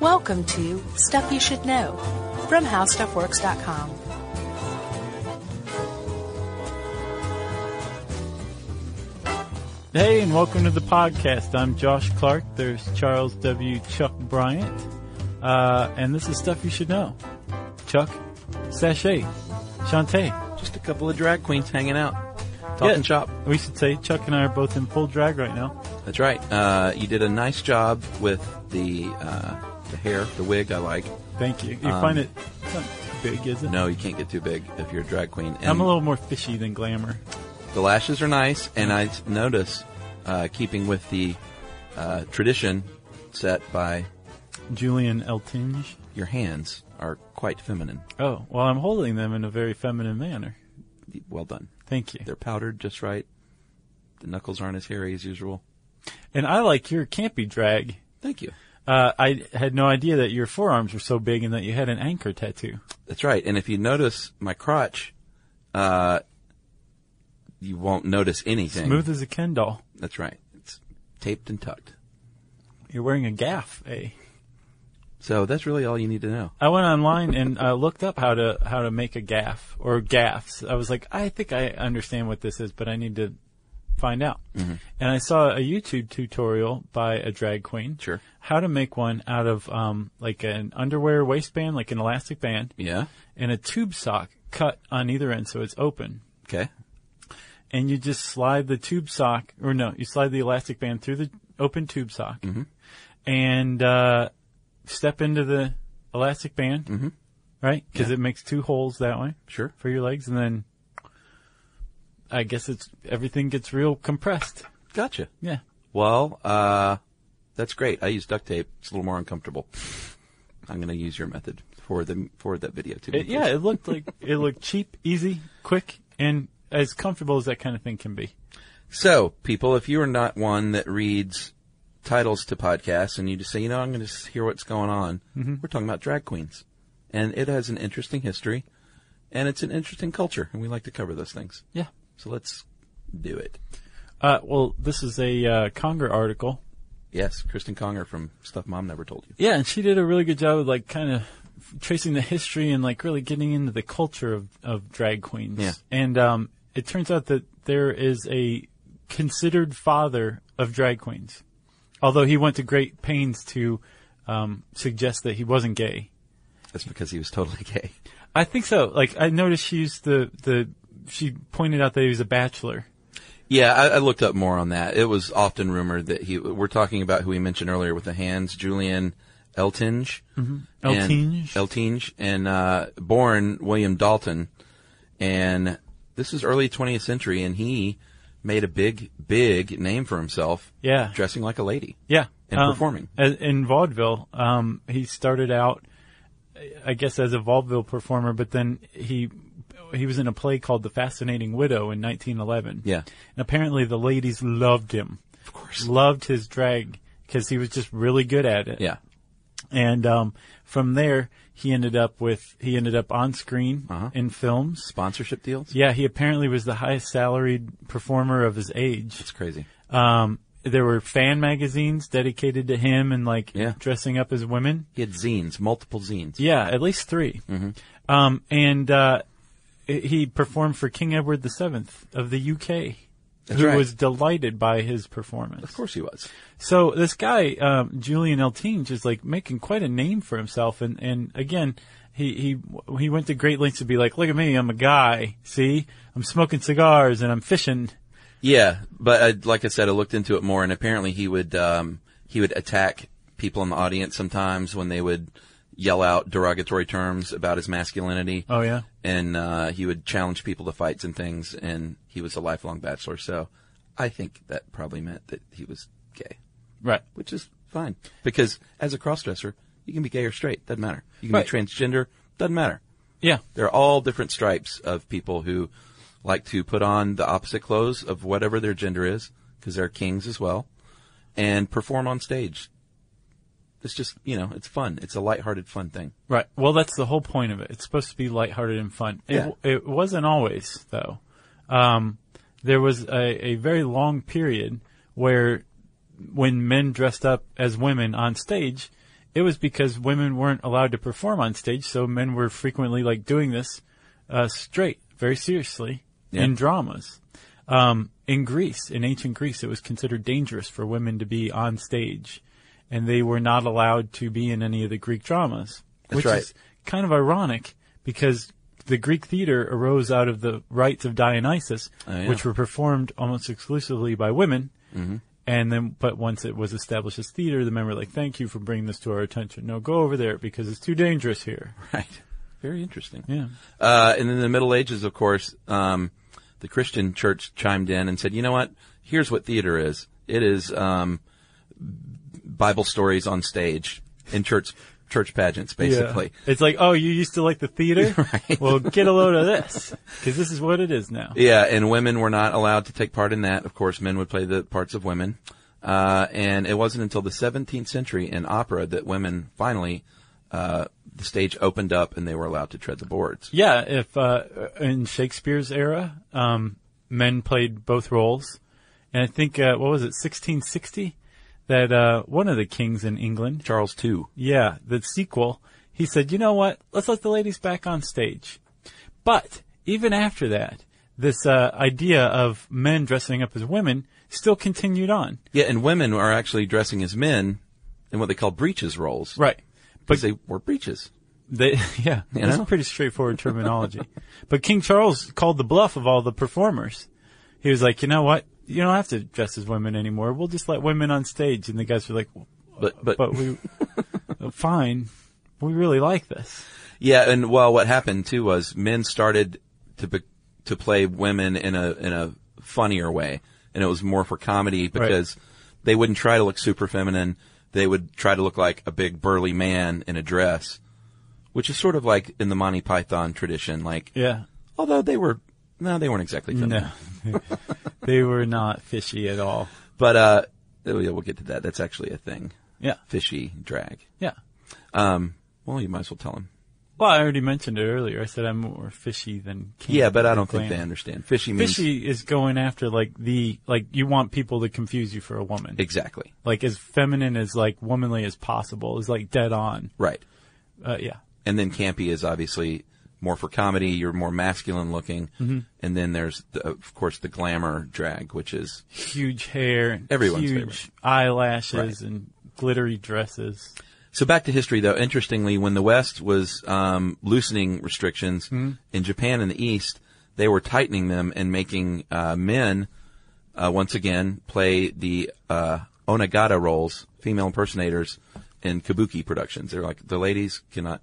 Welcome to Stuff You Should Know from HowStuffWorks.com. Hey, and welcome to the podcast. I'm Josh Clark. There's Charles W. Chuck Bryant. Uh, and this is Stuff You Should Know. Chuck, Sachet, Shantae. Just a couple of drag queens hanging out, talking Yeah, shop. We should say Chuck and I are both in full drag right now. That's right. Uh, you did a nice job with the uh, the hair, the wig. I like. Thank you. You Um, find it it's not too big, is it? No, you can't get too big if you're a drag queen. And I'm a little more fishy than glamour. The lashes are nice, and I s- notice, uh, keeping with the uh, tradition set by Julian Eltinge. your hands are quite feminine. Oh, well, I'm holding them in a very feminine manner. Well done. Thank you. They're powdered just right. The knuckles aren't as hairy as usual. And I like your campy drag. Thank you. Uh, I had no idea that your forearms were so big and that you had an anchor tattoo. That's right. And if you notice my crotch, uh, you won't notice anything. Smooth as a Ken doll. That's right. It's taped and tucked. You're wearing a gaff, eh? So that's really all you need to know. I went online and uh, looked up how to how to make a gaff or gaffs. I was like, I think I understand what this is, but I need to find out. And I saw a YouTube tutorial by a drag queen. Sure. How to make one out of um, like an underwear waistband, like an elastic band, Yeah. and a tube sock cut on either end so it's open. Okay. And you just slide the tube sock, or no, you slide the elastic band through the open tube sock, and uh, step into the elastic band. Mm-hmm. Right? Because it makes two holes that way Sure. for your legs, and then I guess it's everything gets real compressed. Gotcha. Yeah. Well, uh, that's great. I use duct tape. It's a little more uncomfortable. I'm going to use your method. Forward the forward that video to me. It, yeah, please. it looked like it looked cheap, easy, quick, and as comfortable as that kind of thing can be. So, people, if you are not one that reads titles to podcasts and you just say, you know, I'm going to hear what's going on, we're talking about drag queens, and it has an interesting history, and it's an interesting culture, and we like to cover those things. Yeah. So let's do it. Uh, well, this is a uh, Conger article. Yes, Kristen Conger from Stuff Mom Never Told You. Yeah, and she did a really good job of like kind of tracing the history and like really getting into the culture of, of drag queens. Yeah. And um, it turns out that there is a considered father of drag queens, although he went to great pains to um, suggest that he wasn't gay. That's because he was totally gay. I think so. Like I noticed she used the the she pointed out that he was a bachelor. Yeah, I, I looked up more on that. It was often rumored that he. We're talking about who we mentioned earlier with the hands, Julian Eltinge. Mm-hmm. Eltinge. Eltinge, and uh, born William Dalton, and this is early 20th century, and he made a big, big name for himself, Yeah. dressing like a lady. Yeah, And performing. a- in vaudeville. Um, he started out, I guess, as a vaudeville performer, but then he he was in a play called The Fascinating Widow in 1911. Yeah. and apparently the ladies loved him, Of course. loved his drag because he was just really good at it. Yeah. and um, from there he ended up with he ended up on screen Uh-huh. in films. Sponsorship deals. Yeah, he apparently was the highest salaried performer of his age. It's crazy. Um, there were fan magazines dedicated to him and like Yeah. dressing up as women. He had zines, multiple zines. Yeah, at least 3 Um, and uh, i- he performed for King Edward VII of the UK, That's who right. was delighted by his performance. Of course, he was. So this guy, um, Julian Eltinge, is like making quite a name for himself, and and again, he he he went to great lengths to be like, look at me, I'm a guy. See, I'm smoking cigars and I'm fishing. Yeah, but I, like I said, I looked into it more, and apparently he would um, he would attack people in the audience sometimes when they would yell out derogatory terms about his masculinity. Oh, yeah? and uh, he would challenge people to fights and things. And he was a lifelong bachelor, so I think that probably meant that he was gay, Right. which is fine because as a crossdresser, you can be gay or straight, doesn't matter. You can Right. be transgender, doesn't matter. Yeah. There are all different stripes of people who like to put on the opposite clothes of whatever their gender is, because they're kings as well, and perform on stage. It's just, you know, it's fun. It's a lighthearted, fun thing. Right. Well, that's the whole point of it. It's supposed to be lighthearted and fun. It, Yeah. it wasn't always, though. Um, there was a, a very long period where when men dressed up as women on stage, it was because women weren't allowed to perform on stage, so men were frequently like doing this uh, straight, very seriously Yeah. in dramas. Um, in Greece, in ancient Greece, it was considered dangerous for women to be on stage, and they were not allowed to be in any of the Greek dramas, That's which right. is kind of ironic because the Greek theater arose out of the rites of Dionysus, Oh, yeah. Mm-hmm. which were performed almost exclusively by women. And then, but once it was established as theater, the men were like, "Thank you for bringing this to our attention. No, go over there because it's too dangerous here." Right. Very interesting. Yeah. Uh, and in the Middle Ages, of course, um, the Christian church chimed in and said, you know what? Here's what theater is. It is, um, Bible stories on stage in church, church pageants, basically. Yeah. It's like, oh, you used to like the theater? Well, get a load of this because this is what it is now. Yeah, and women were not allowed to take part in that. Of course, men would play the parts of women. Uh, and it wasn't until the 17th century in opera that women finally, uh, the stage opened up and they were allowed to tread the boards. Yeah, if uh, in Shakespeare's era, um, men played both roles, and I think uh, what was it, 1660, that uh, one of the kings in England, Charles II. yeah, the sequel, he said, you know what, let's let the ladies back on stage. But even after that, this uh, idea of men dressing up as women still continued on. Yeah, and women are actually dressing as men in what they call breeches roles. Right. But Because they wore breeches. They, yeah, You that's know? pretty straightforward terminology. but King Charles called the bluff of all the performers. He was like, you know what? You don't have to dress as women anymore. We'll just let women on stage. And the guys were like, But, but, but we, uh, fine. We really like this. yeah, and well, what happened too was men started to, be, to play women in a, in a funnier way. And it was more for comedy because they wouldn't try to look super feminine. They would try to look like a big burly man in a dress, which is sort of like in the Monty Python tradition. Like, Yeah. although they were, no, they weren't exactly feminine. No, they were not fishy at all. But, uh, oh, yeah, we'll get to that. That's actually a thing. Yeah. Fishy drag. Yeah. Um, well, you might as well tell him. Well, I already mentioned it earlier. I said I'm more fishy than King. Yeah, but I don't Glam. think they understand. Fishy means Fishy is going after like the, like you want people to confuse you for a woman. exactly like as feminine as like womanly as possible is like dead on. right. Uh, yeah. And then campy is obviously more for comedy. You're more masculine looking, Mm-hmm. and then there's the, of course the glamour drag, which is Huge hair, and Everyone's huge favorite. eyelashes and glittery dresses. so. Back to history, though. Interestingly, when the West was um, loosening restrictions Mm-hmm. in Japan and the East, they were tightening them and making uh, men uh, once again play the uh, onagata roles, female impersonators in kabuki productions. They're like the ladies cannot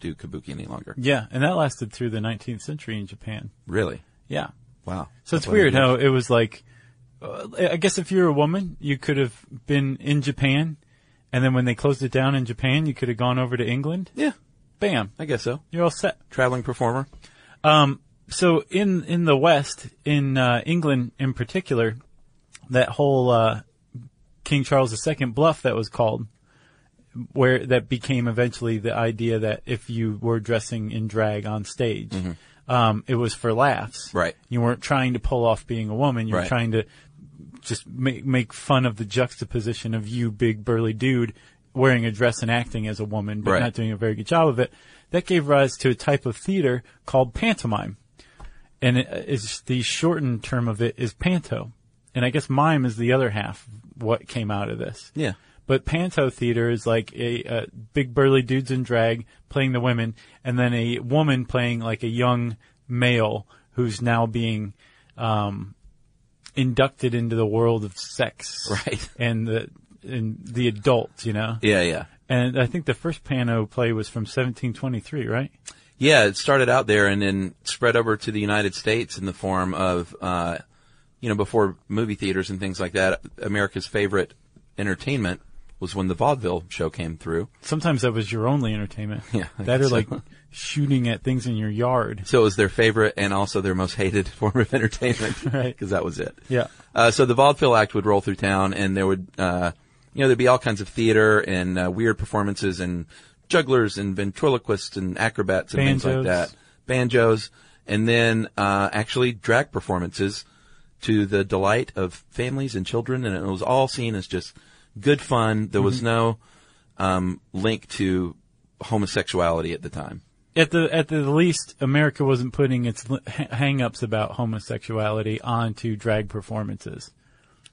do kabuki any longer. Yeah, and that lasted through the 19th century in Japan. Really? Yeah. Wow. So it's That's what I weird did. how it was like, uh, I guess if you're a woman, you could have been in Japan, and then when they closed it down in Japan, you could have gone over to England. Yeah, Bam. I guess so. You're all set. Traveling performer. so in in the West, in uh, England in particular, that whole uh, King Charles II bluff that was called, where that became eventually the idea that if you were dressing in drag on stage, um, it was for laughs. Mm-hmm. Right. You weren't trying to pull off being a woman. You were Right. trying to just make make fun of the juxtaposition of you, big burly dude, wearing a dress and acting as a woman, but Right. not doing a very good job of it. That gave rise to a type of theater called pantomime, and it, it's the shortened term of it is panto, and I guess mime is the other half. of What came out of this? Yeah. But panto theater is like a, a big burly dudes in drag playing the women, and then a woman playing like a young male who's now being um, inducted into the world of sex, Right. And the and the adult, you know. Yeah, yeah. And I think the first panto play was from 1723, right? Yeah, it started out there and then spread over to the United States in the form of, uh, you know, before movie theaters and things like that, America's favorite entertainment was when the vaudeville show came through. Sometimes that was your only entertainment. Yeah, I that or guess like so. shooting at things in your yard. So it was their favorite and also their most hated form of entertainment. Right. Cause that was it. Yeah. Uh, so the Vaudeville Act would roll through town, and there would, uh, you know, there'd be all kinds of theater and uh, weird performances and jugglers and ventriloquists and acrobats and things like Banjos. that, banjos, and then uh, actually drag performances to the delight of families and children, and it was all seen as just good fun. There was no um, linked to homosexuality at the time. At the at the least, America wasn't putting its li- ha- hang-ups about homosexuality onto drag performances.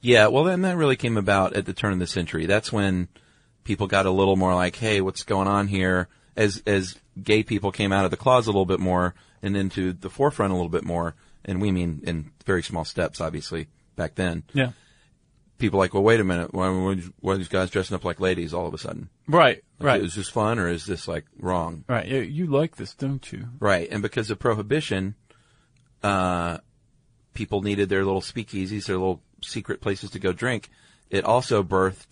Yeah, well, then that really came about at the turn of the century. That's when people got a little more like, "Hey, what's going on here?" As as gay people came out of the closet a little bit more and into the forefront a little bit more, and we mean in very small steps, obviously, back then. Yeah, People like, "Well, wait a minute, why, why, why are these guys dressing up like ladies all of a sudden? right, Like, right, is this fun or is this like wrong?" right. You, you like this, don't you? Right, and because of prohibition, uh, people needed their little speakeasies, their little secret places to go drink. It also birthed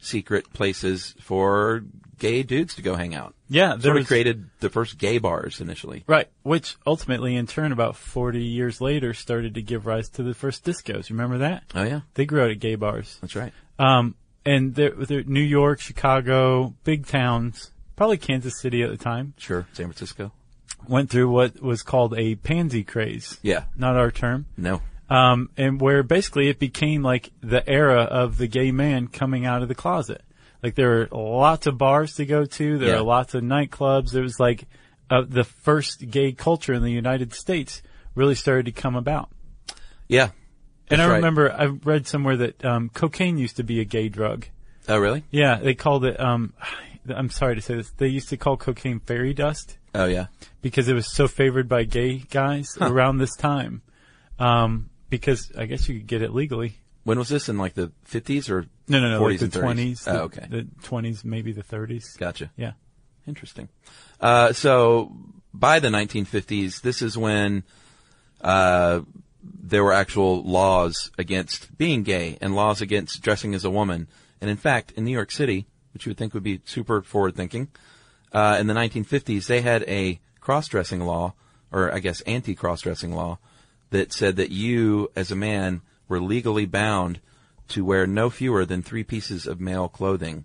secret places for gay dudes to go hang out. Yeah, there sort was- of created the first gay bars initially. Right, which ultimately, in turn, about 40 years later, started to give rise to the first discos. Remember that? Oh yeah, They grew out at gay bars. that's right. Um, and there, there, New York, Chicago, big towns, probably Kansas City at the time, Sure, San Francisco. went through what was called a pansy craze. Yeah, Not our term. no, Um, and where basically it became like the era of the gay man coming out of the closet. Like there were lots of bars to go to. There Yeah. were lots of nightclubs. There was like uh, the first gay culture in the United States really started to come about. yeah. and I That's right. remember I read somewhere that um, cocaine used to be a gay drug. Oh really? Yeah, they called it. Um, I'm sorry to say this. They used to call cocaine fairy dust Oh yeah. because it was so favored by gay guys around this time. Um, because I guess you could get it legally. When was this in like the fifties or No, no, no. 40s like and the 30s. 20s. Oh, the- okay. The 20s, maybe the 30s. Gotcha. Yeah. Interesting. Uh, so by the 1950s, this is when uh, there were actual laws against being gay and laws against dressing as a woman. And in fact, in New York City, which you would think would be super forward thinking, uh, in the 1950s, they had a cross dressing law, or I guess anti cross dressing law, that said that you, as a man, were legally bound to wear no fewer than three pieces of male clothing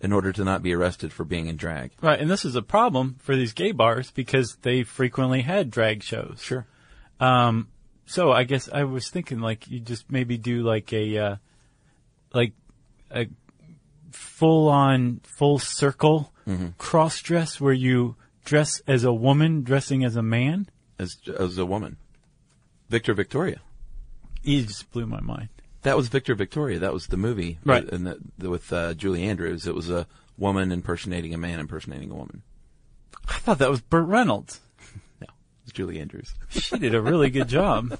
in order to not be arrested for being in drag. Right. And this is a problem for these gay bars because they frequently had drag shows. Sure. Um, so I guess I was thinking like you just maybe do like a, uh, like a full on, full circle Mm-hmm. cross dress where you dress as a woman dressing as a man. as as a woman. Victor Victoria. It just blew my mind. That was Victor Victoria. That was the movie, Right. And the, the, with uh, Julie Andrews, it was a woman impersonating a man impersonating a woman. I thought that was Burt Reynolds. No, it was Julie Andrews. She did a really good job.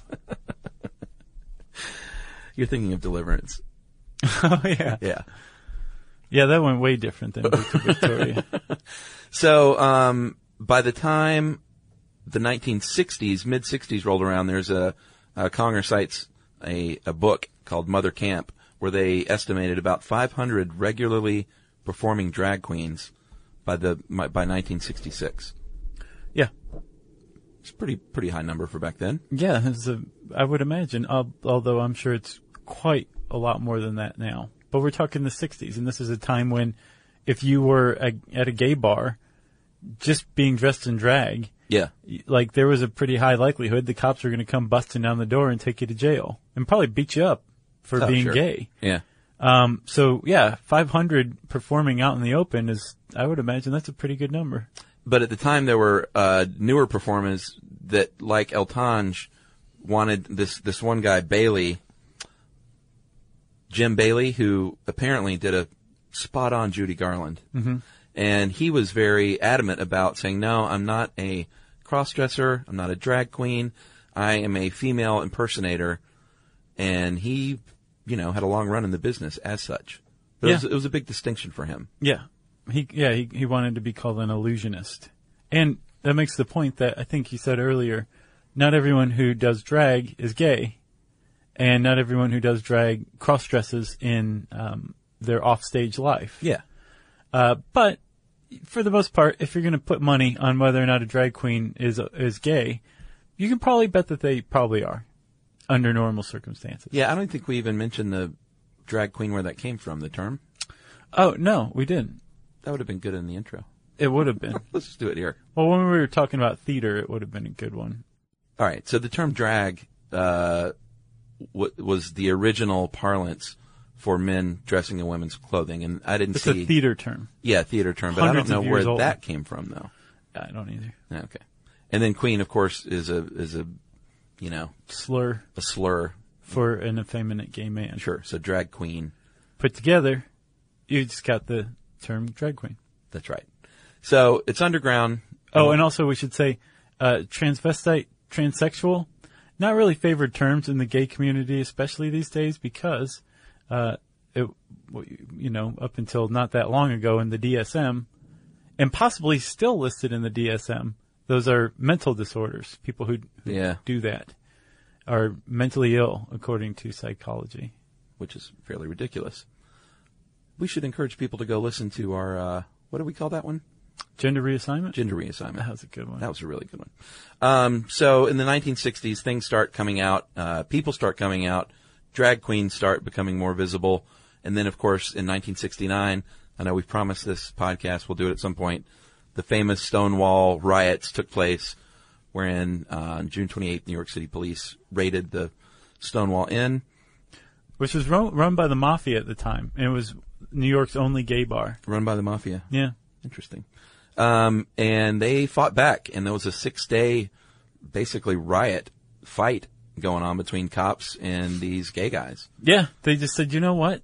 You're thinking of Deliverance. oh yeah. Yeah. Yeah, that went way different than Victor Victoria. So um, by the time the 1960s, mid 60s rolled around, there's a, uh Conger cites a, a book called Mother Camp where they estimated about 500 regularly performing drag queens by the my, by 1966. yeah. It's a pretty pretty high number for back then. Yeah, it's a, I would imagine, al- although I'm sure it's quite a lot more than that now. But we're talking the 60s, and this is a time when if you were a, at a gay bar, just being dressed in drag, Yeah. y- like there was a pretty high likelihood the cops were going to come busting down the door and take you to jail and probably beat you up for Oh, being sure. gay. Yeah. Um, so yeah, 500 performing out in the open is, I would imagine that's a pretty good number. But at the time, there were uh, newer performers that, like Eltange, wanted this this one guy Bailey, Jim Bailey, who apparently did a spot on Judy Garland, mm-hmm. and he was very adamant about saying, "No, I'm not a crossdresser. I'm not a drag queen. I am a female impersonator." And he, you know, had a long run in the business as such. But Yeah. it, was, it was a big distinction for him. Yeah. He yeah, he, he wanted to be called an illusionist. And that makes the point that I think you said earlier, not everyone who does drag is gay. And not everyone who does drag cross dresses in um, their offstage life. Yeah. Uh, but for the most part, if you're going to put money on whether or not a drag queen is is gay, you can probably bet that they probably are under normal circumstances. Yeah, I don't think we even mentioned the drag queen where that came from, the term. Oh no, we didn't. That would have been good in the intro. It would have been. Let's just do it here. well, when we were talking about theater, it would have been a good one. All right, so the term drag uh, w- was the original parlance for men dressing in women's clothing. And I didn't It's see. a theater term. yeah, theater term, but I don't Hundreds know of years where old. that came from though. I don't either. Okay. And then queen, of course, is a, is a, you know, Slur a slur. for an effeminate gay man. Sure. So drag queen. Put together, you just got the term drag queen. That's right. So it's underground. Oh, and also we should say, uh, transvestite, transsexual, not really favored terms in the gay community, especially these days, because, uh, it, you know, up until not that long ago in the DSM, and possibly still listed in the DSM, those are mental disorders. People who, who Yeah. do that are mentally ill, according to psychology. which is fairly ridiculous. We should encourage people to go listen to our, uh, what do we call that one? Gender reassignment? Gender reassignment. that was a good one. That was a really good one. Um, so in the 1960s, things start coming out. Uh, people start coming out. Drag queens start becoming more visible. And then, of course, in 1969, I know we promised this podcast, we'll do it at some point. The famous Stonewall riots took place wherein, uh, on June 28th, New York City police raided the Stonewall Inn. Which was run, run by the mafia at the time, and it was New York's only gay bar. run by the mafia. Yeah. Interesting. Um, and they fought back, and there was a six day, basically riot fight going on between cops and these gay guys. Yeah, they just said, you know what?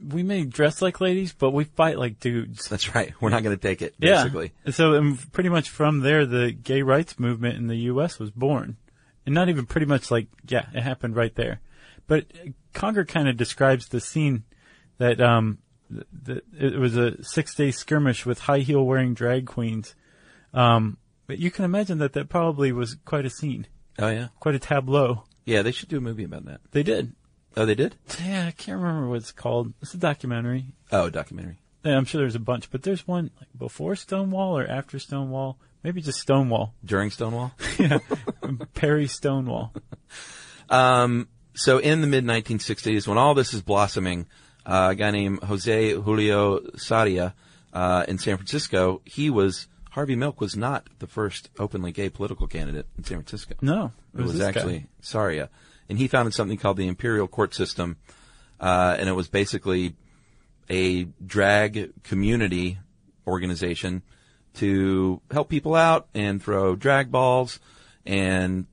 We may dress like ladies, but we fight like dudes. That's right. We're not going to take it, Yeah. basically. And so, um, pretty much from there, the gay rights movement in the U.S. was born. And not even pretty much like, yeah, it happened right there. But uh, Conger kind of describes the scene that, um, th- th- it was a six day skirmish with high heel wearing drag queens. Um, but you can imagine that that probably was quite a scene, Oh, yeah. quite a tableau. Yeah, they should do a movie about that. They did. Oh, they did? Yeah, I can't remember what it's called. It's a documentary. Oh, a documentary. Yeah, I'm sure there's a bunch, but there's one like before Stonewall or after Stonewall. Maybe just Stonewall. During Stonewall? Perry Stonewall. so in the mid 1960s, when all this is blossoming, uh, a guy named Jose Julio Saria uh, in San Francisco, he was Harvey Milk was not the first openly gay political candidate in San Francisco. No, It was, this guy. actually Saria. And he founded something called the Imperial Court System. Uh, and it was basically a drag community organization to help people out and throw drag balls and,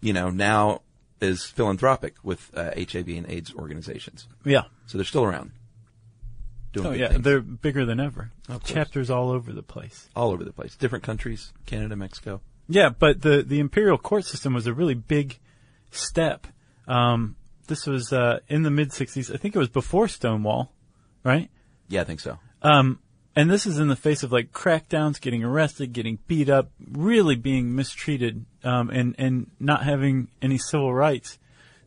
you know, now is philanthropic with uh, HIV and AIDS organizations. yeah. So they're still around. Doing Oh good yeah, things they're bigger than ever. Of course. Chapters all over the place. all over the place. Different countries, Canada, Mexico. Yeah, but the the imperial court system was a really big step. Um, this was uh, in the mid '60s. I think it was before Stonewall, right? Yeah, I think so. Um, and this is in the face of like crackdowns, getting arrested, getting beat up, really being mistreated, um, and and not having any civil rights.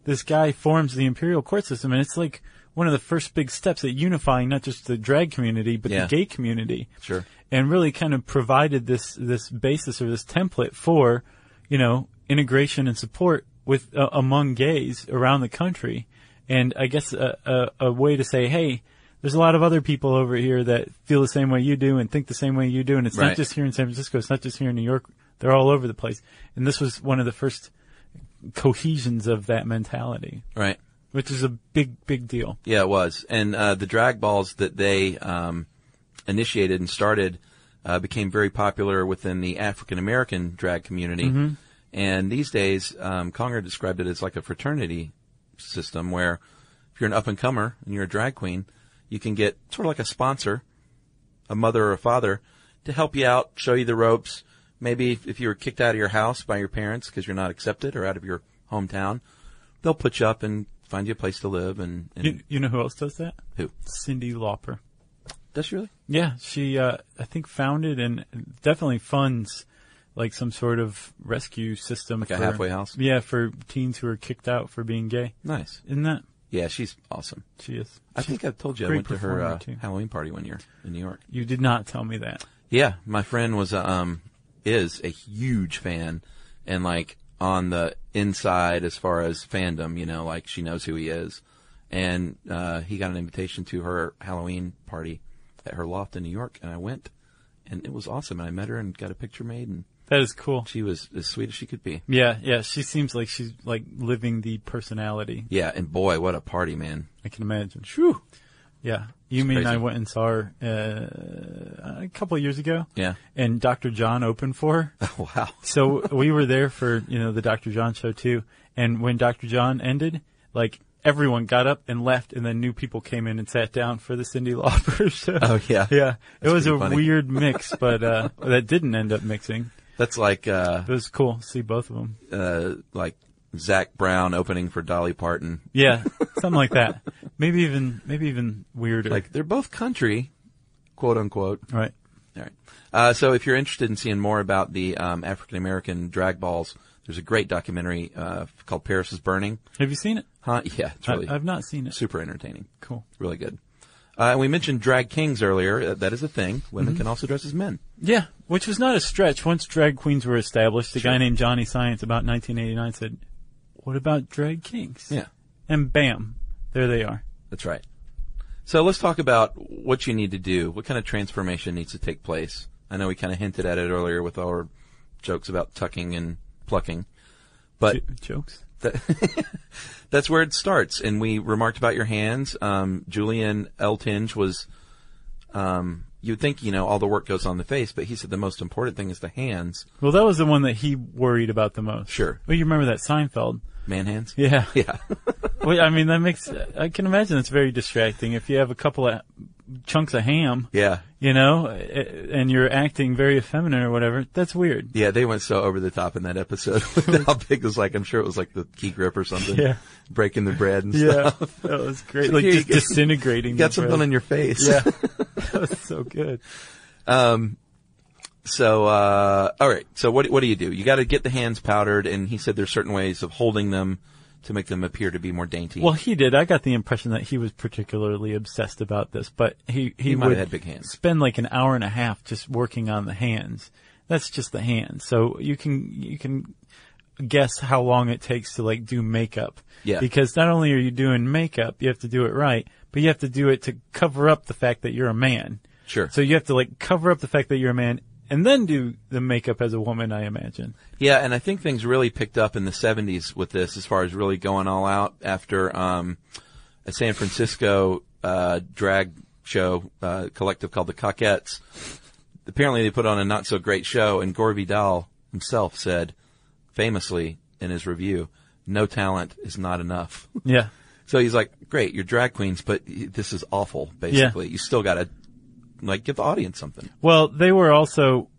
This guy forms the imperial court system, and it's like one of the first big steps at unifying not just the drag community but Yeah. the gay community. Sure. And really kind of provided this this basis or this template for, you know, integration and support with uh, among gays around the country. And I guess a, a, a way to say, hey, there's a lot of other people over here that feel the same way you do and think the same way you do. And it's Right. not just here in San Francisco. It's not just here in New York. They're all over the place. And this was one of the first cohesions of that mentality, Right. which is a big, big deal. Yeah, it was. And uh, the drag balls that they um, initiated and started uh, became very popular within the African American drag community. And these days, um, Conger described it as like a fraternity system where if you're an up and comer and you're a drag queen, you can get sort of like a sponsor, a mother or a father, to help you out, show you the ropes. Maybe if, if you were kicked out of your house by your parents because you're not accepted or out of your hometown, they'll put you up and find you a place to live and, and You, you know who else does that? who? Cindy Lauper. Does she really? Yeah, she uh, I think founded and definitely funds like some sort of rescue system, Like a halfway house? Yeah, for teens who are kicked out for being gay. Nice. Isn't that Yeah, she's awesome. she is? I think I've told you I great went to her performer, uh, too. Halloween party one year in New York. You did not tell me that. Yeah, my friend was uh, um is a huge fan and like on the inside as far as fandom, you know, like she knows who he is. And uh, he got an invitation to her Halloween party at her loft in New York, and I went, and it was awesome. And I met her and got a picture made, and That is cool. She was as sweet as she could be. Yeah, yeah. She seems like she's like living the personality. Yeah, and boy, what a party, man. I can imagine. Phew. Yeah. You mean crazy. I went and saw her uh, a couple of years ago? Yeah. And Dr. John opened for her. wow. so we were there for you know the Dr. John show too, and when Dr. John ended, like everyone got up and left, and then new people came in and sat down for the Cindy Lauper show. Oh, yeah. yeah. It That's was pretty a funny. weird mix, but uh, that didn't end up mixing. That's like uh, It was cool. to See both of them. uh, like Zach Brown opening for Dolly Parton. Yeah, something like that. Maybe even maybe even weirder. Like they're both country, quote unquote. right. All right. Uh, so if you're interested in seeing more about the um, African American drag balls, there's a great documentary uh, called Paris is Burning. Have you seen it? Huh? Yeah, it's really I, I've not seen it. super entertaining. Cool. Really good. Uh, and we mentioned drag kings earlier. Uh, That is a thing. Women Mm-hmm. can also dress as men. Yeah, which was not a stretch. Once drag queens were established, a guy named Johnny Science about 1989 said, "What about drag kings?" Yeah, and bam, there they are. that's right. So let's talk about what you need to do. What kind of transformation needs to take place? I know we kind of hinted at it earlier with our jokes about tucking and plucking, but J- jokes. That- that's where it starts. And we remarked about your hands. Um, Julian Eltinge was, um, you'd think, you know, all the work goes on the face, but he said the most important thing is the hands. Well, that was the one that he worried about the most. Sure. Well, you remember that Seinfeld? Man hands? Yeah. Yeah. well, I mean, that makes. I can imagine it's very distracting if you have a couple of chunks of ham, yeah. you know, eh, and you're acting very effeminate or whatever. That's weird. Yeah. They went so over the top in that episode with how big it was like, I'm sure it was like the key grip or something. Yeah. Breaking the bread and Yeah, stuff. that was great. So Like here you just go. disintegrating. You got the something bread. on your face. Yeah, that was so good. So, uh, all right. So what, what do you do? You got to get the hands powdered. And he said there's certain ways of holding them to make them appear to be more dainty. Well, he did. I got the impression that he was particularly obsessed about this, but he he, He might have would had big hands. spend like an hour and a half just working on the hands. That's just the hands. So you can you can guess how long it takes to like do makeup. Yeah. Because not only are you doing makeup, you have to do it right, but you have to do it to cover up the fact that you're a man. Sure. So you have to like cover up the fact that you're a man and then do the makeup as a woman, I imagine. Yeah, and I think things really picked up in the 70s with this as far as really going all out after um, a San Francisco uh, drag show uh, collective called the Cockettes. Apparently, they put on a not so great show, and Gore Vidal himself said famously in his review, No talent is not enough. Yeah. so he's like, Great, you're drag queens, but y- this is awful, basically. You still got to like give the audience something. Well, they were also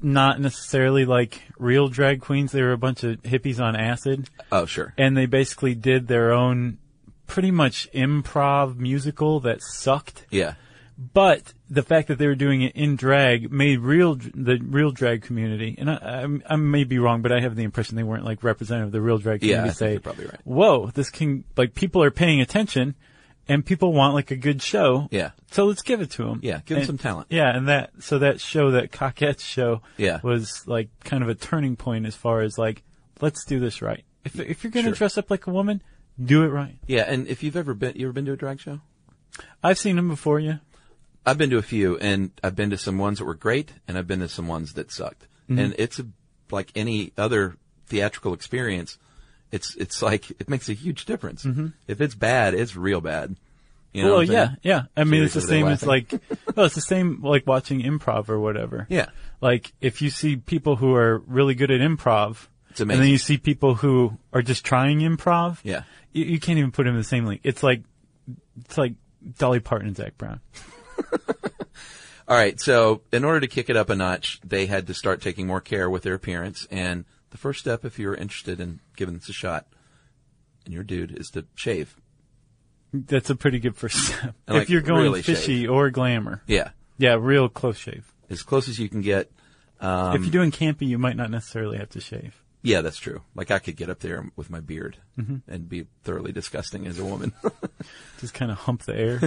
not necessarily like real drag queens. They were a bunch of hippies on acid, Oh, sure. and they basically did their own pretty much improv musical that sucked. Yeah. But the fact that they were doing it in drag made real the real drag community, and I, I, I may be wrong, but I have the impression they weren't like representative of the real drag Yeah, community. I think say, you're probably right. whoa, this can like people are paying attention, and people want like a good show. Yeah. so let's give it to them. Yeah, give 'em some talent. Yeah, and that so that show that Coquette show Yeah. was like kind of a turning point as far as like let's do this right. If if you're gonna Sure. dress up like a woman, do it right. Yeah, and if you've ever been, you ever been to a drag show? I've seen them before you. I've been to a few and I've been to some ones that were great and I've been to some ones that sucked. Mm-hmm. And it's a, like any other theatrical experience. It's, it's like, it makes a huge difference. If it's bad, it's real bad. You know Mm-hmm. Well, what I'm yeah, saying? yeah. I mean, it's the Seriously, same they're as like, well, it's the same like watching improv or whatever. Yeah. Like if you see people who are really good at improv, It's amazing. and then you see people who are just trying improv. Yeah. You, you can't even put them in the same league. It's like, it's like Dolly Parton and Zach Brown. All right. So in order to kick it up a notch, they had to start taking more care with their appearance. And the first step, if you're interested in giving this a shot and you're a dude, is to shave. That's a pretty good first step. And, like, if you're going really fishy or glamour. Yeah. Yeah, real close shave. As close as you can get. Um, if you're doing campy, you might not necessarily have to shave. Yeah, that's true. Like I could get up there with my beard and be thoroughly disgusting as a woman. Just kind of hump the air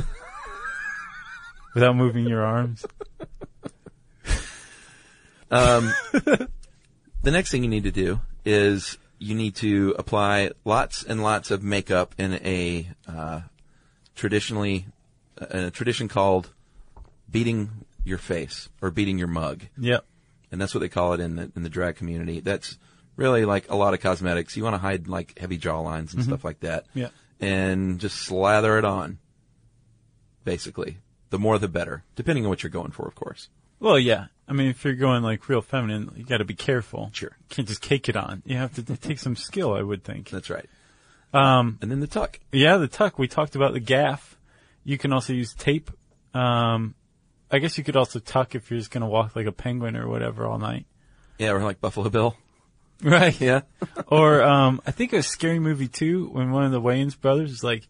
without moving your arms. the next thing you need to do is you need to apply lots and lots of makeup in a uh, traditionally a tradition called beating your face or beating your mug. Yep. and that's what they call it in the in the drag community. That's really like a lot of cosmetics. You want to hide like heavy jawlines and stuff like that. Mm-hmm. Yeah. and just slather it on. Basically, the more the better, depending on what you're going for, of course. Well, yeah. I mean, if you're going like real feminine, you got to be careful. Sure. Can't just cake it on. You have to it takes some skill, I would think. That's right. Um, and then the tuck. Yeah, the tuck. We talked about the gaff. You can also use tape. Um, I guess you could also tuck if you're just going to walk like a penguin or whatever all night. Yeah, or like Buffalo Bill. Right. Yeah. or um, I think a scary movie too. When one of the Wayans brothers is like,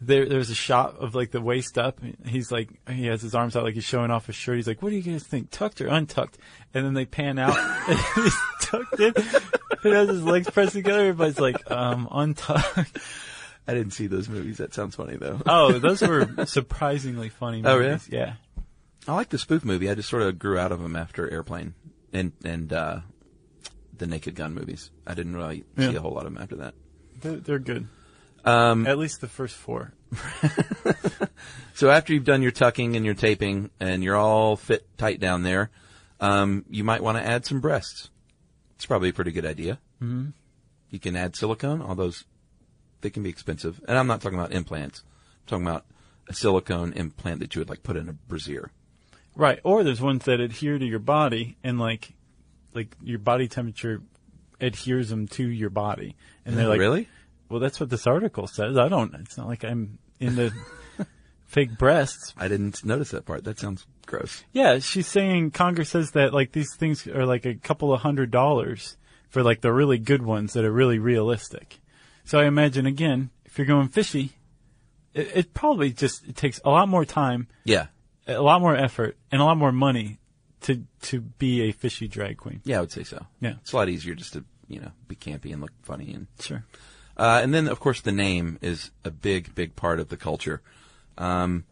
there, there's a shot of like the waist up. He's like, he has his arms out like he's showing off his shirt. He's like, "What do you guys think, tucked or untucked?" And then they pan out, and he's tucked in. He has his legs pressed together. Everybody's like, um, untucked. I didn't see those movies. That sounds funny though. Oh, those were surprisingly funny. Oh, really? movies. Yeah. I like the spoof movie. I just sort of grew out of them after Airplane and and uh, the Naked Gun movies. I didn't really see Yeah. a whole lot of them after that. They're, they're good. Um, At least the first four. So after you've done your tucking and your taping and you're all fit tight down there, um, you might want to add some breasts. It's probably a pretty good idea. Mm-hmm. You can add silicone, all those, they can be expensive. And I'm not talking about implants. I'm talking about a silicone implant that you would like put in a brassiere. Right. Or there's ones that adhere to your body and like, like your body temperature adheres them to your body. And they're like, Oh, really? Well, that's what this article says. I don't, it's not like I'm into fake breasts. I didn't notice that part. That sounds gross. Yeah. She's saying Congress says that like these things are like a couple of hundred dollars for like the really good ones that are really realistic. So I imagine again, if you're going fishy, it, it probably just, it takes a lot more time Yeah. a lot more effort and a lot more money to to be a fishy drag queen. Yeah, I would say so. Yeah. It's a lot easier just to, you know, be campy and look funny and Sure. Uh, and then, of course, the name is a big, big part of the culture. Um,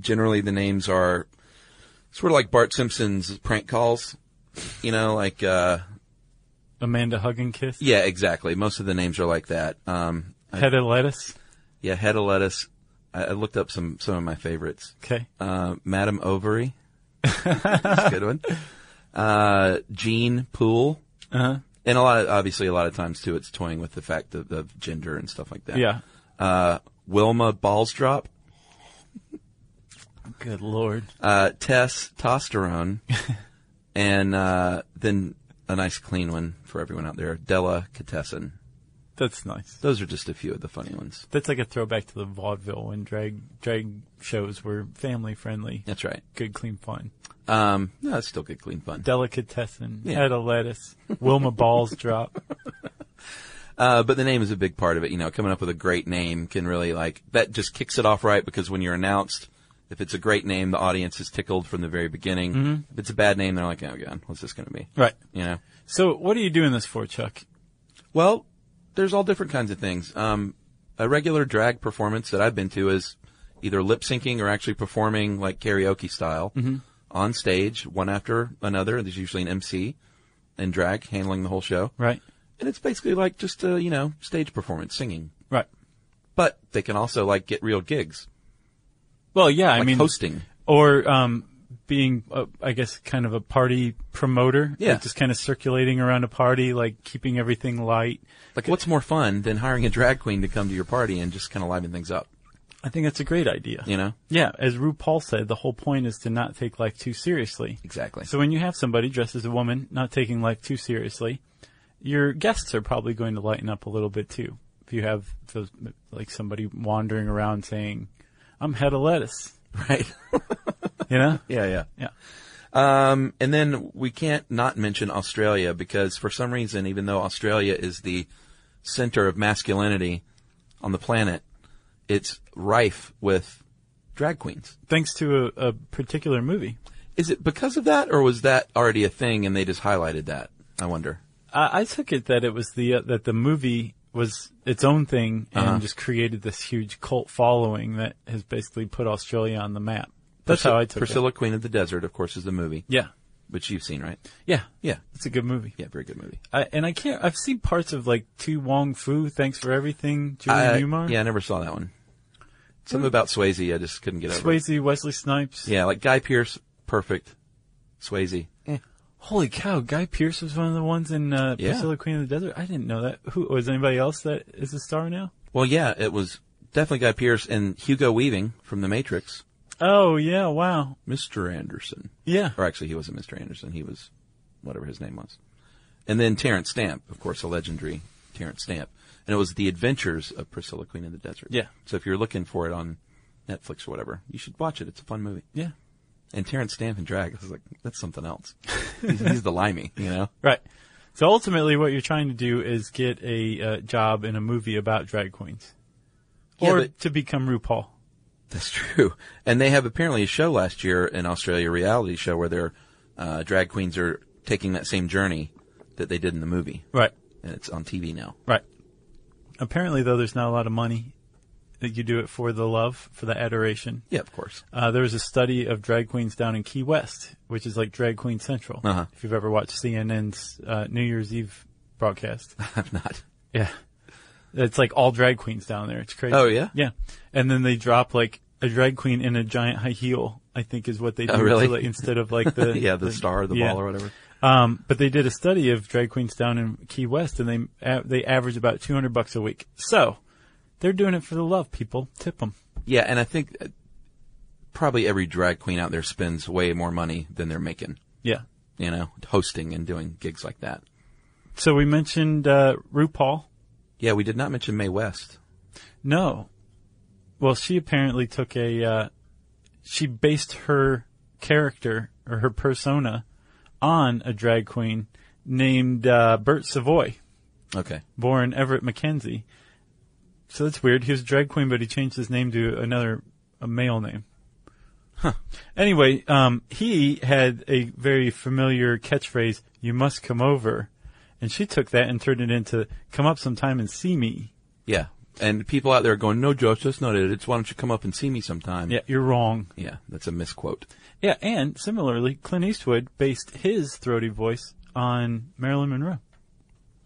generally, the names are sort of like Bart Simpson's prank calls. You know, like, uh, Amanda Hug and Kiss. yeah, exactly. Most of the names are like that. Um, I- Head of lettuce. yeah, Head of Lettuce. I, I looked up some, some of my favorites. Okay. Uh, Madam Ovary. That's a good one. Uh, Gene Pool. Uh-huh. And a lot of, obviously, a lot of times too, it's toying with the fact of, of gender and stuff like that. Yeah. Uh, Wilma Balls Drop. Good lord. uh, testosterone, and uh, then a nice clean one for everyone out there, delicatessen. That's nice. Those are just a few of the funny ones. That's like a throwback to the vaudeville when drag drag shows were family friendly. That's right. Good, clean fun. Um, no, it's still good, clean fun. Delicatessen. Yeah. Head of lettuce. Wilma balls drop. Uh, but the name is a big part of it. You know, coming up with a great name can really like that just kicks it off right because when you're announced, if it's a great name, the audience is tickled from the very beginning. If it's a bad name, they're like, oh god, what's this going to be? Right. You know. So what are you doing this for, Chuck? Well, there's all different kinds of things. Um, a regular drag performance that I've been to is either lip syncing or actually performing like karaoke style on stage, one after another. There's usually an MC in drag handling the whole show. Right. And it's basically like just a, you know, stage performance, singing. Right. But they can also like get real gigs, Well, yeah. like I mean, hosting. or um, being, uh, I guess, kind of a party promoter. Yeah. Like, just kind of circulating around a party, like keeping everything light. Like what's more fun than hiring a drag queen to come to your party and just kind of liven things up, I think that's a great idea. you know? Yeah, as RuPaul said, the whole point is to not take life too seriously. Exactly. So when you have somebody dressed as a woman, not taking life too seriously, your guests are probably going to lighten up a little bit too. If you have those, like somebody wandering around saying, "I'm head of lettuce," right. you know? yeah, yeah. yeah. Um, and then we can't not mention Australia because for some reason, even though Australia is the center of masculinity on the planet, it's rife with drag queens. Thanks to a, a particular movie. Is it because of that or was that already a thing and they just highlighted that? I wonder. I, I took it that it was the uh, that the movie was its own thing and Uh-huh. just created this huge cult following that has basically put Australia on the map. That's Prisci- how I took Priscilla, Queen of the Desert, of course, is the movie, it. Yeah, which you've seen, right? yeah, Yeah. It's a good movie. Yeah, very good movie. I, and I can't. I've seen parts of like Tu Wong Fu. Thanks for everything, Julie I- Newmar. yeah, I never saw that one. Something about Swayze I just couldn't get over. Swayze, Wesley Snipes. Yeah, like Guy Pierce, perfect. Swayze. Holy cow! Guy Pierce was one of the ones in uh, Yeah. Priscilla, Queen of the Desert. I didn't know that. Who was anybody else that is a star now? Well, yeah, it was definitely Guy Pierce and Hugo Weaving from The Matrix. Oh yeah! Wow. Mr. Anderson. Yeah. Or actually, he wasn't Mr. Anderson. He was whatever his name was. And then Terrence Stamp, of course, a legendary Terrence Stamp. And it was The Adventures of Priscilla, Queen of the Desert. Yeah. So if you're looking for it on Netflix or whatever, you should watch it. It's a fun movie. Yeah. And Terrence Stamp and drag, I was like, that's something else. he's, he's the limey, you know? Right. So ultimately, what you're trying to do is get a uh, job in a movie about drag queens, Yeah, or but- to become RuPaul. That's true. And they have apparently a show last year in Australia, a reality show where their uh, drag queens are taking that same journey that they did in the movie. Right. And it's on TV now. Right. Apparently, though, there's not a lot of money that you do it for the love, for the adoration. Yeah, of course. Uh, there was a study of drag queens down in Key West, which is like Drag Queen Central. Uh-huh. If you've ever watched CNN's uh, New Year's Eve broadcast, I'm not. yeah, it's like all drag queens down there. It's crazy. Oh, yeah? yeah. And then they drop like a drag queen in a giant high heel. I think is what they do Oh, really? to, like, instead of like the yeah, the star, the yeah. ball, or whatever. Um, but they did a study of drag queens down in Key West, and they a they average about two hundred bucks a week. So they're doing it for the love, people. Tip them. Yeah, and I think uh, probably every drag queen out there spends way more money than they're making, Yeah. you know, hosting and doing gigs like that. So we mentioned uh, RuPaul. Yeah, we did not mention Mae West. No. Well, she apparently took a. Uh, she based her character or her persona on a drag queen named uh, Bert Savoy, Okay. born Everett McKenzie. So that's weird. He was a drag queen, but he changed his name to another a male name. Huh. Anyway, um, he had a very familiar catchphrase, "You must come over," and she took that and turned it into "Come up sometime and see me." Yeah. And people out there are going, no, Josh, that's not it. It's why don't you come up and see me sometime? Yeah, you're wrong. Yeah, that's a misquote. Yeah, and similarly, Clint Eastwood based his throaty voice on Marilyn Monroe.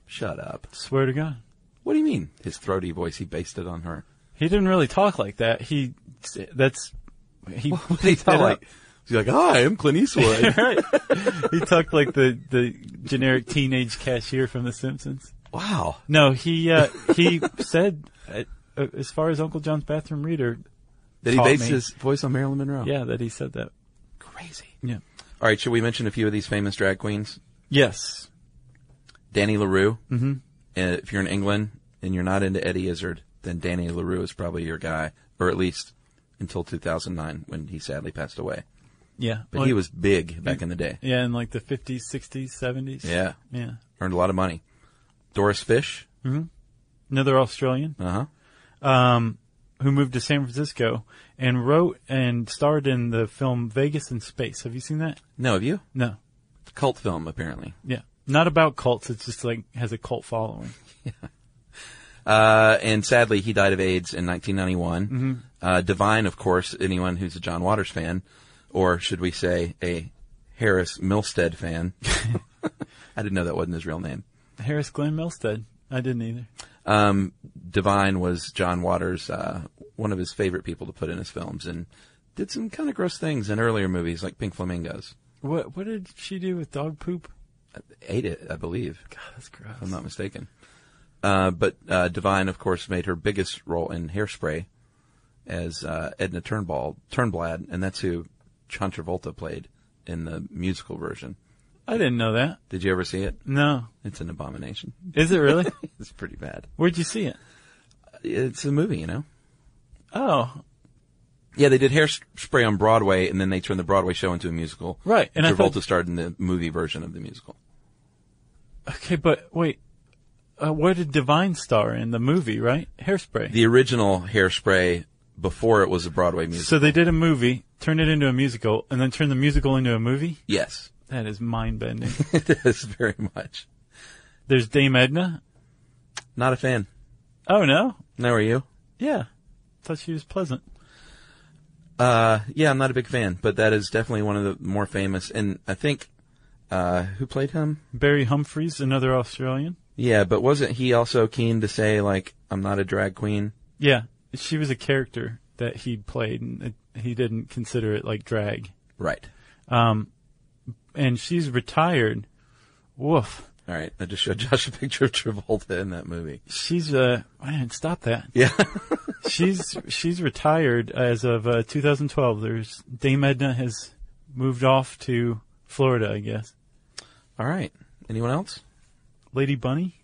Shut up. Swear to God. What do you mean? His throaty voice, he based it on her. He didn't really talk like that. He, that's, he, What did he it sound up. like? He's like, hi, I'm Clint Eastwood. right. He talked like the, the generic teenage cashier from The Simpsons. wow. No, he, uh, he said, uh, uh, as far as Uncle John's bathroom reader, Did he Taught base me. his voice on Marilyn Monroe? yeah, that he said that. Crazy. Yeah. All right, should we mention a few of these famous drag queens? Yes. Danny LaRue. Mm-hmm. Uh, if you're in England and you're not into Eddie Izzard, then Danny LaRue is probably your guy, or at least until 2009 when he sadly passed away. Yeah. But he was big back in the day. yeah, in like the 50s, 60s, 70s. Yeah. Yeah. Earned a lot of money. Doris Fish. Another Australian. Uh huh. um, who moved to San Francisco and wrote and starred in the film Vegas in Space. Have you seen that? No, have you? No. It's a cult film, apparently. Yeah. Not about cults. It's just like has a cult following. Uh, and sadly, he died of AIDS in 1991. Uh, Divine, of course, anyone who's a John Waters fan, or should we say a Harris Milstead fan. I didn't know that wasn't his real name. Harris Glenn Milstead. I didn't either. Um, Divine was John Waters, uh, one of his favorite people to put in his films and did some kind of gross things in earlier movies like Pink Flamingos. What What did she do with dog poop? Ate it, I believe, if God, that's gross. I'm not mistaken. Uh, but, uh, Divine, of course, made her biggest role in Hairspray as, uh, Edna Turnball, Turnblad, and that's who John Travolta played in the musical version. I didn't know that. Did you ever see it? No. It's an abomination. Is it really? It's pretty bad. Where'd you see it? It's a movie, you know? Oh, Yeah, they did Hairspray on Broadway, and then they turned the Broadway show into a musical. Right, and I Travolta thought- starred in the movie version of the musical. okay. But wait, uh, where did Divine star in the movie? Right, Hairspray. The original Hairspray, before it was a Broadway musical. so they did a movie, turned it into a musical, and then turned the musical into a movie. yes, That is mind bending. it is very much. There's Dame Edna. Not a fan. Oh no. Now are you? Yeah. Thought she was pleasant. Uh, yeah, I'm not a big fan, but that is definitely one of the more famous. And I think, uh, who played him? Barry Humphries, another Australian. Yeah, but wasn't he also keen to say like, I'm not a drag queen? Yeah. She was a character that he played and it, he didn't consider it like drag. Right. Um, and she's retired. Woof. All right, I just showed Josh a picture of Travolta in that movie. She's uh, I didn't stop that. Yeah, she's she's retired as of uh, 2012. There's Dame Edna has moved off to Florida, I guess. all right. Anyone else? Lady Bunny.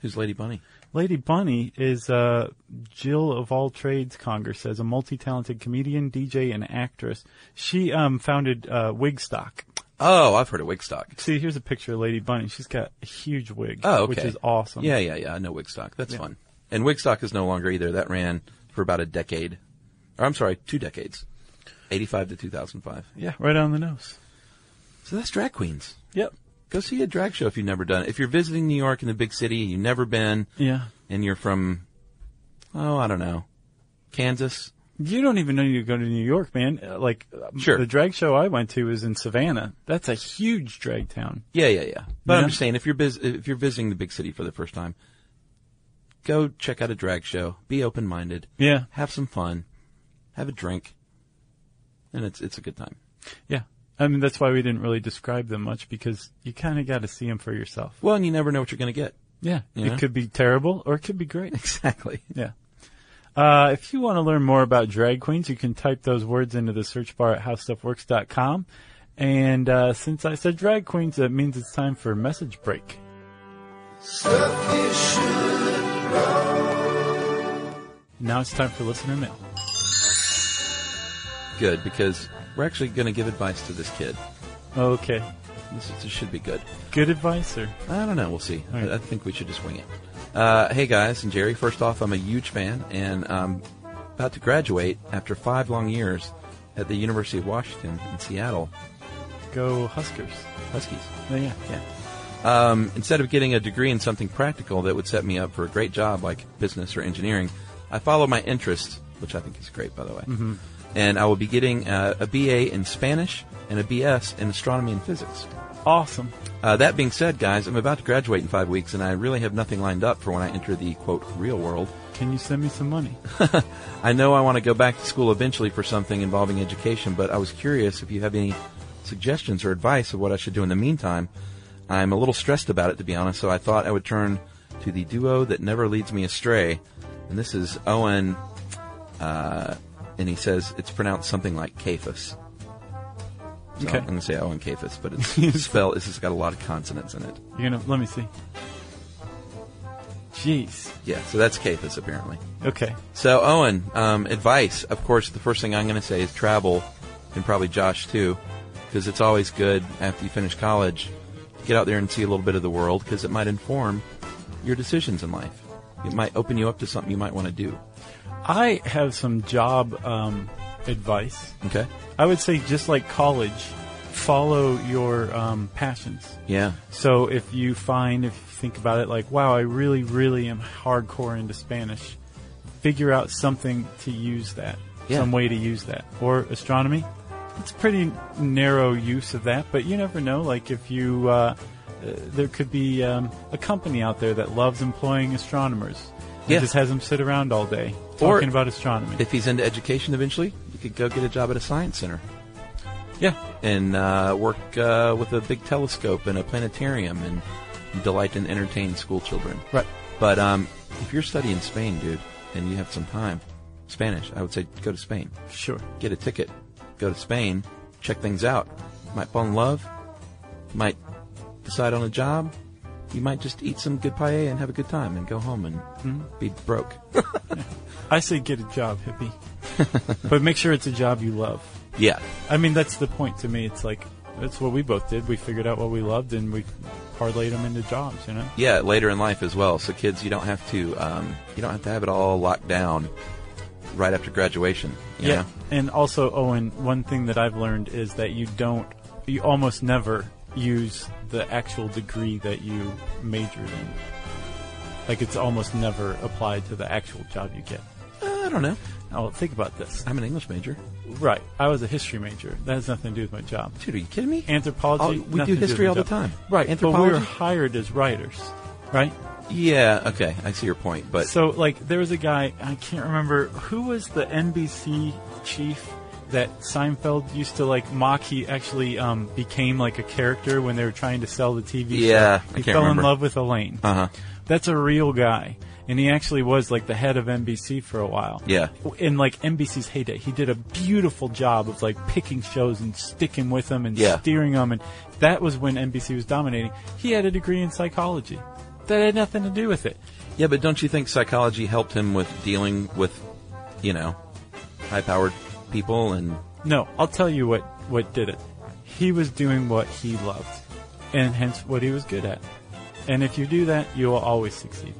Who's Lady Bunny? Lady Bunny is uh, Jill of all trades. Conger says a multi-talented comedian, DJ, and actress. She um, founded uh, Wigstock. Oh, I've heard of Wigstock. See, here's a picture of Lady Bunny. She's got a huge wig, Oh, okay. which is awesome. Yeah, yeah, yeah. I know Wigstock. That's fun. And Wigstock is no longer either. That ran for about a decade. Or I'm sorry, two decades. 85 to 2005. yeah, right on the nose. So that's drag queens. Yep. Go see a drag show if you've never done it. If you're visiting New York in the big city, you've never been, Yeah. and you're from, oh, I don't know, Kansas. You don't even know you go to New York, man. Uh, Like, uh, Sure. the drag show I went to was in Savannah. That's a huge drag town. Yeah, yeah, yeah. But I'm Yeah. just saying, if you're biz- if you're visiting the big city for the first time, go check out a drag show. Be open minded. Yeah. Have some fun. Have a drink. And it's it's a good time. Yeah. I mean, that's why we didn't really describe them much because you kind of got to see them for yourself. Well, and you never know what you're going to get. Yeah. Yeah. It could be terrible or it could be great. Exactly. yeah. Uh, if you want to learn more about drag queens, you can type those words into the search bar at howstuffworks.com. And, uh, since I said drag queens, that means it's time for message break. Now it's time for listener mail. Good, because we're actually going to give advice to this kid. Okay. This, is, this should be good. Good advice, sir. I don't know. We'll see. All right. I, I think we should just wing it. Uh, hey, guys, and Jerry, first off, I'm a huge fan, and I'm about to graduate after five long years at the University of Washington in Seattle. Go Huskers. Huskies. Oh, yeah. Yeah. Um, instead of getting a degree in something practical that would set me up for a great job like business or engineering, I follow my interests, which I think is great, by the way. Mm-hmm. And I will be getting uh, a BA in Spanish and a BS in astronomy and physics. Awesome. Uh, that being said, guys, I'm about to graduate in five weeks, and I really have nothing lined up for when I enter the quote real world. Can you send me some money? I know I want to go back to school eventually for something involving education, but I was curious if you have any suggestions or advice of what I should do in the meantime. I'm a little stressed about it, to be honest, so I thought I would turn to the duo that never leads me astray. And this is Owen, uh, and he says it's pronounced something like Cephas. So Okay. I'm going to say Owen Cephas, but it's spell is it's got a lot of consonants in it. You're gonna, let me see. Jeez. Yeah, so that's Cephas apparently. Okay. So, Owen, um, advice. Of course, the first thing I'm going to say is travel, and probably Josh too, because it's always good after you finish college to get out there and see a little bit of the world, because it might inform your decisions in life. It might open you up to something you might want to do. I have some job um, advice. Okay? I would say just like college, follow your um, passions. Yeah. So if you find, if you think about it, like, wow, I really, really am hardcore into Spanish, figure out something to use that, Yeah. some way to use that. Or astronomy, it's pretty narrow use of that, but you never know. Like if you, uh, uh, there could be um, a company out there that loves employing astronomers. and Yeah. just has them sit around all day Or- talking about astronomy. If he's into education eventually, you could go get a job at a science center yeah, and uh, work uh, with a big telescope and a planetarium and delight and entertain school children. right. But um, if you're studying Spain, dude, and you have some time, Spanish, I would say go to Spain. Sure. Get a ticket, go to Spain, check things out. Might fall in love, might decide on a job. You might just eat some good paella and have a good time and go home and be broke. I say get a job, hippie. but make sure it's a job you love. yeah, I mean, that's the point to me. It's like, that's what we both did. We figured out what we loved and we parlayed them into jobs, you know? yeah. Later in life as well. So kids, you don't have to um, you don't have to have it all locked down right after graduation. you know? And also, Owen, one thing that I've learned is that you don't, you almost never use the actual degree that you majored in. Like, it's almost never applied to the actual job you get. Uh, I don't know. Oh, think about this. I'm an English major. Right. I was a history major. That has nothing to do with my job. Dude, are you kidding me? Anthropology. Oh, we do nothing to with history my all the job. time. Right. But we Anthropology? were hired as writers, right? Yeah, okay, I see your point, but So, like, there was a guy, I can't remember, who was the NBC chief? that Seinfeld used to like mock. He actually um, became like a character when they were trying to sell the TV. show. Yeah, I he can't fell remember. in love with Elaine. Uh huh. That's a real guy, and he actually was like the head of NBC for a while. Yeah. in like NBC's heyday, he did a beautiful job of like picking shows and sticking with them and Yeah. steering them, and that was when NBC was dominating. He had a degree in psychology. That had nothing to do with it. Yeah, but don't you think psychology helped him with dealing with, you know, high-powered people and No, I'll tell you what, what did it. He was doing what he loved, and hence what he was good at. And if you do that, you will always succeed.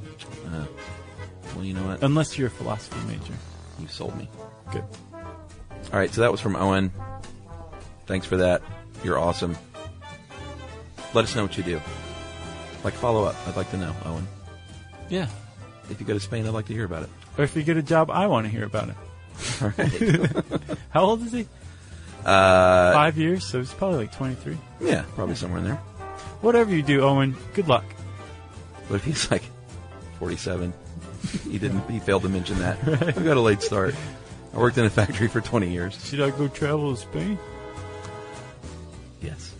well, you know what? Unless you're a philosophy major. You sold me. Good. All right, so that was from Owen. Thanks for that. You're awesome. Let us know what you do. Like follow up. I'd like to know, Owen. Yeah. If you go to Spain, I'd like to hear about it. Or if you get a job, I want to hear about it. All right. How old is he? uh, Five years, so he's probably like 23. yeah, probably somewhere in there. Whatever you do, Owen, good luck. But if he's like 47, he didn't. He failed to mention that. We got a late start. I worked in a factory for 20 years. Should I go travel to Spain? Yes.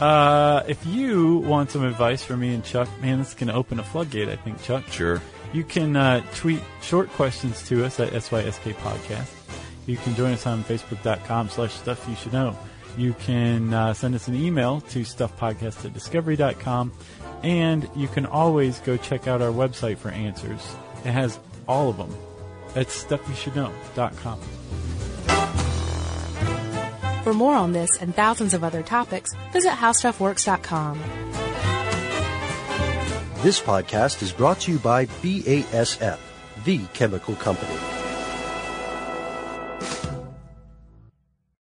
Uh, if you want some advice from me and Chuck, man, this is going to open a floodgate, I think, Chuck. Sure. You can uh, tweet short questions to us at SYSK Podcast. You can join us on Facebook.com slash Stuff You Should Know. You can uh, send us an email to stuffpodcast at discovery.com. And you can always go check out our website for answers. It has all of them. That's stuffyoushouldknow.com. For more on this and thousands of other topics, visit howstuffworks.com. This podcast is brought to you by BASF, the chemical company.